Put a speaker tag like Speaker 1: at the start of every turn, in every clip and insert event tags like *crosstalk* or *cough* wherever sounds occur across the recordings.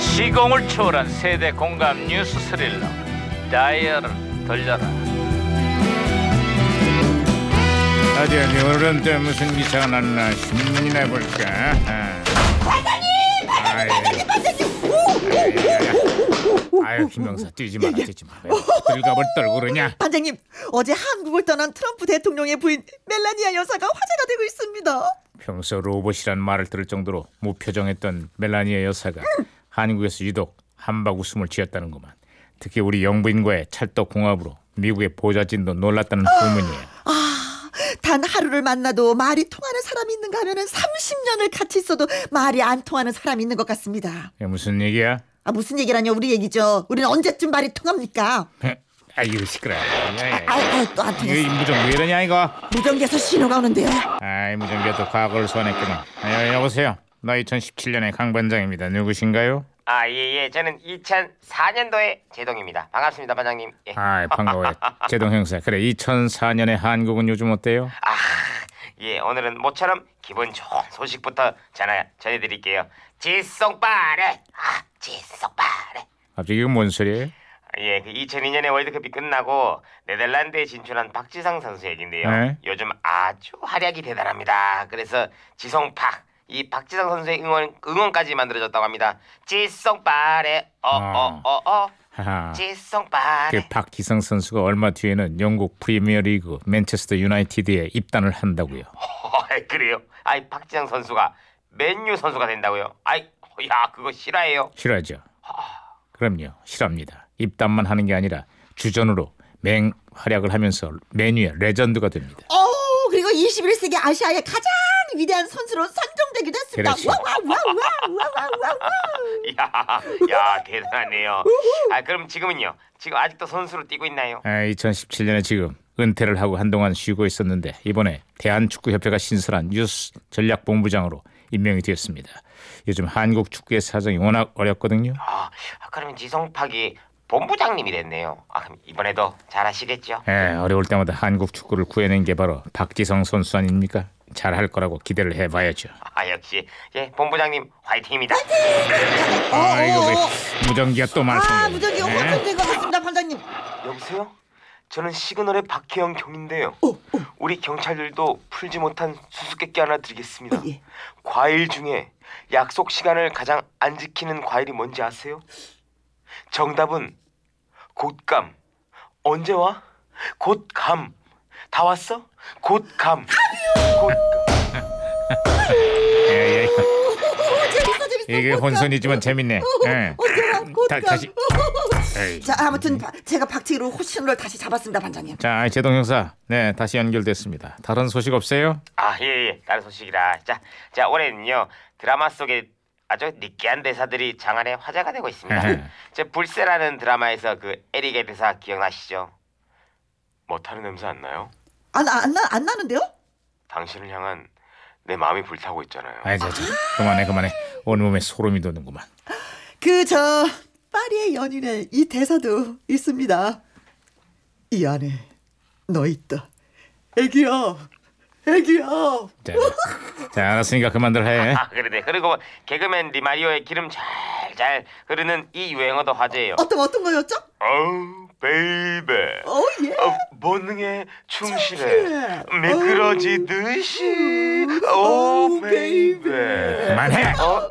Speaker 1: 시공을 초월한 세대 공감 뉴스 스릴러 다이얼을 돌려라
Speaker 2: 어디 어디 오늘은 또 무슨 기사가 났나 신문이나 볼까? 아. 반장님! 반장님! 아유 김영사 뛰지 마라 뛰지 마라 들갑을 떨고 그러냐?
Speaker 3: 반장님 어제 한국을 떠난 트럼프 대통령의 부인 멜라니아 여사가 화제가 되고 있습니다.
Speaker 2: 평소 로봇이란 말을 들을 정도로 무표정했던 멜라니아 여사가 한국에서 유독 한박 웃음을 지었다는구만 특히 우리 영부인과의 찰떡 궁합으로 미국의 보좌진도 놀랐다는 소문이야
Speaker 3: 아, 단 하루를 만나도 말이 통하는 사람이 있는가 하면은 30년을 같이 있어도 말이 안 통하는 사람이 있는 것 같습니다.
Speaker 2: 이게 무슨 얘기야? *laughs*
Speaker 3: 아 무슨 얘기라뇨 우리 얘기죠. 우리는 언제쯤 말이 통합니까?
Speaker 2: 아이고 시끄러워
Speaker 3: 아또안
Speaker 2: 네. 이거
Speaker 3: 통했어.
Speaker 2: 임부정 왜 이러냐 이거
Speaker 3: 무전기에서 신호가 오는데요.
Speaker 2: 아이 무전기가 또 과거를 소환했구나 아, 여, 여보세요 나 2017년의 강반장입니다 누구신가요?
Speaker 4: 아, 예, 예. 저는 2004년도에 제동입니다. 반갑습니다, 반장님. 예.
Speaker 2: 아이 반가워요 제동 형사 그래 2004년의 한국은 요즘 어때요?
Speaker 4: 아, 예. 오늘은 모처럼 기분 좋은 소식부터 전화 전해드릴게요. 질성빠래. 아, 질성빠래.
Speaker 2: 갑자기 이건 뭔 소리예요?
Speaker 4: 예, 그 2002년에 월드컵이 끝나고 네덜란드에 진출한 박지성 선수 얘긴데요.
Speaker 2: 네.
Speaker 4: 요즘 아주 활약이 대단합니다. 그래서 지성파 이 박지성 선수의 응원 응원까지 만들어졌다고 합니다. 지성빠래.
Speaker 2: 아.
Speaker 4: 어어어 어. 어,
Speaker 2: 하하
Speaker 4: 지성빠래.
Speaker 2: 그 박기성 선수가 얼마 뒤에는 영국 프리미어리그 맨체스터 유나이티드에 입단을 한다고요
Speaker 4: 어, 그래요? 아이 박지성 선수가 맨유 선수가 된다고요? 아이 야 그거 실화예요? *laughs*
Speaker 2: 싫어하죠? 그럼요 싫어합니다 입단만 하는 게 아니라 주전으로 맹활약을 하면서 메뉴의 레전드가 됩니다
Speaker 3: 어 그리고 21세기 아시아의 가장 위대한 선수로 선정되기도 했습니다.
Speaker 2: 그렇지.
Speaker 3: 와와와와와와와와.
Speaker 4: 야, 야 대단하네요. 아 그럼 지금은요? 지금 아직도 선수로 뛰고 있나요?
Speaker 2: 아, 2017년에 지금 은퇴를 하고 한동안 쉬고 있었는데 이번에 대한축구협회가 신설한 유스 전략본부장으로 임명이 되었습니다. 요즘 한국 축구의 사정이 워낙 어렵거든요.
Speaker 4: 아 그러면 지성팍이 본부장님이 됐네요. 아 그럼 이번에도 잘하시겠죠?
Speaker 2: 예, 어려울 때마다 한국 축구를 구해낸 게 바로 박지성 선수 아닙니까? 잘할 거라고 기대를 해봐야죠.
Speaker 4: 아 역시 예 본부장님 화이팅입니다.
Speaker 2: 아, 이거
Speaker 3: 어, 어, 어.
Speaker 2: 왜 무전기가 또 말썽.
Speaker 3: 아 무전기
Speaker 2: 네.
Speaker 3: 확정된 것 같습니다 반장님.
Speaker 4: 여보세요? 저는 시그널의 박혜영 경인데요.
Speaker 3: 어,
Speaker 4: 우리 경찰들도 풀지 못한 수수께끼 하나 드리겠습니다.
Speaker 3: 어, 예.
Speaker 4: 과일 중에 약속 시간을 가장 안 지키는 과일이 뭔지 아세요? 정답은 곶감. 언제 와? 곶감. 다 왔어? 곶감. 곶감.
Speaker 2: 예, 예.
Speaker 3: 오, 재밌어 어, 재밌어. 어,
Speaker 2: 이게
Speaker 3: 곧 가.
Speaker 2: 혼선이지만 재밌네. 예.
Speaker 3: 언제나 곧
Speaker 2: 다-
Speaker 3: 가.
Speaker 2: 다시. 에이.
Speaker 3: 자 아무튼 바- 제가 박치기로 호신호를 다시 잡았습니다 반장님.
Speaker 2: 자, 제동 형사. 네, 다시 연결됐습니다. 다른 소식 없어요?
Speaker 4: 아, 예, 예. 다른 소식이라. 자, 자, 올해는요. 드라마 속에 아주 느끼한 대사들이 장안에 화제가 되고
Speaker 2: 에헤.
Speaker 4: *laughs* 있습니다. 제 불세라는 드라마에서 그 에릭의 대사 기억나시죠? 뭐 타는 냄새 안 나요?
Speaker 3: 안안안 안 나는데요?
Speaker 4: 당신을 향한 내 마음이 불타고 있잖아요.
Speaker 2: 아이 저, 저 그만해 그만해 온몸에 소름이 돋는구만
Speaker 3: 그 저 파리의 연인의 이 대사도 있습니다. 이 안에 너 있다. 애기야, 애기야.
Speaker 2: 자, 자 알았으니까 그만들 해
Speaker 4: 아, 그러네. 그리고 개그맨 리마리오의 기름 잘잘 흐르는 이 유행어도 화제예요.
Speaker 3: 어떤 어떤 거였죠?
Speaker 4: 어우, 베이베.
Speaker 3: 어 예.
Speaker 4: 어, 본능에 충실해.
Speaker 3: 충실해. 어.
Speaker 4: 미끄러지듯이.
Speaker 3: 어우,
Speaker 4: 오,
Speaker 3: 베이베.
Speaker 4: 베이베.
Speaker 2: 그만해
Speaker 4: 어?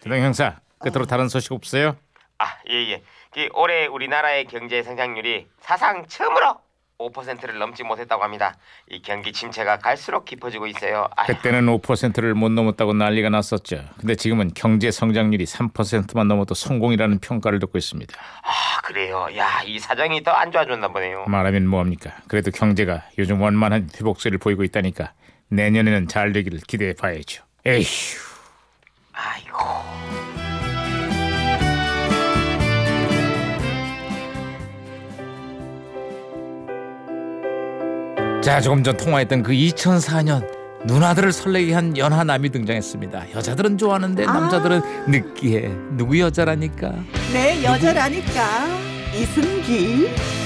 Speaker 2: 대동 형사 끝으로 다른 소식 없어요?
Speaker 4: 아, 예, 예. 그 올해 우리나라의 경제 성장률이 사상 처음으로 5%를 넘지 못했다고 합니다. 이 경기 침체가 갈수록 깊어지고 있어요. 아,
Speaker 2: 그때는 5%를 못 넘었다고 난리가 났었죠 근데 지금은 경제 성장률이 3%만 넘어도 성공이라는 평가를 듣고 있습니다
Speaker 4: 아, 그래요. 야, 이 사정이 더 안 좋아졌나 보네요.
Speaker 2: 말하면 뭐합니까 그래도 경제가 요즘 원만한 회복세를 보이고 있다니까 내년에는 잘 되기를 기대해 봐야죠 에휴
Speaker 4: 아이고.
Speaker 2: 자 조금 전 통화했던 그 2004년 누나들을 설레게 한 연하남이 등장했습니다. 여자들은 좋아하는데 남자들은 느끼해. 누구 여자라니까.
Speaker 3: 내 여자라니까 이승기.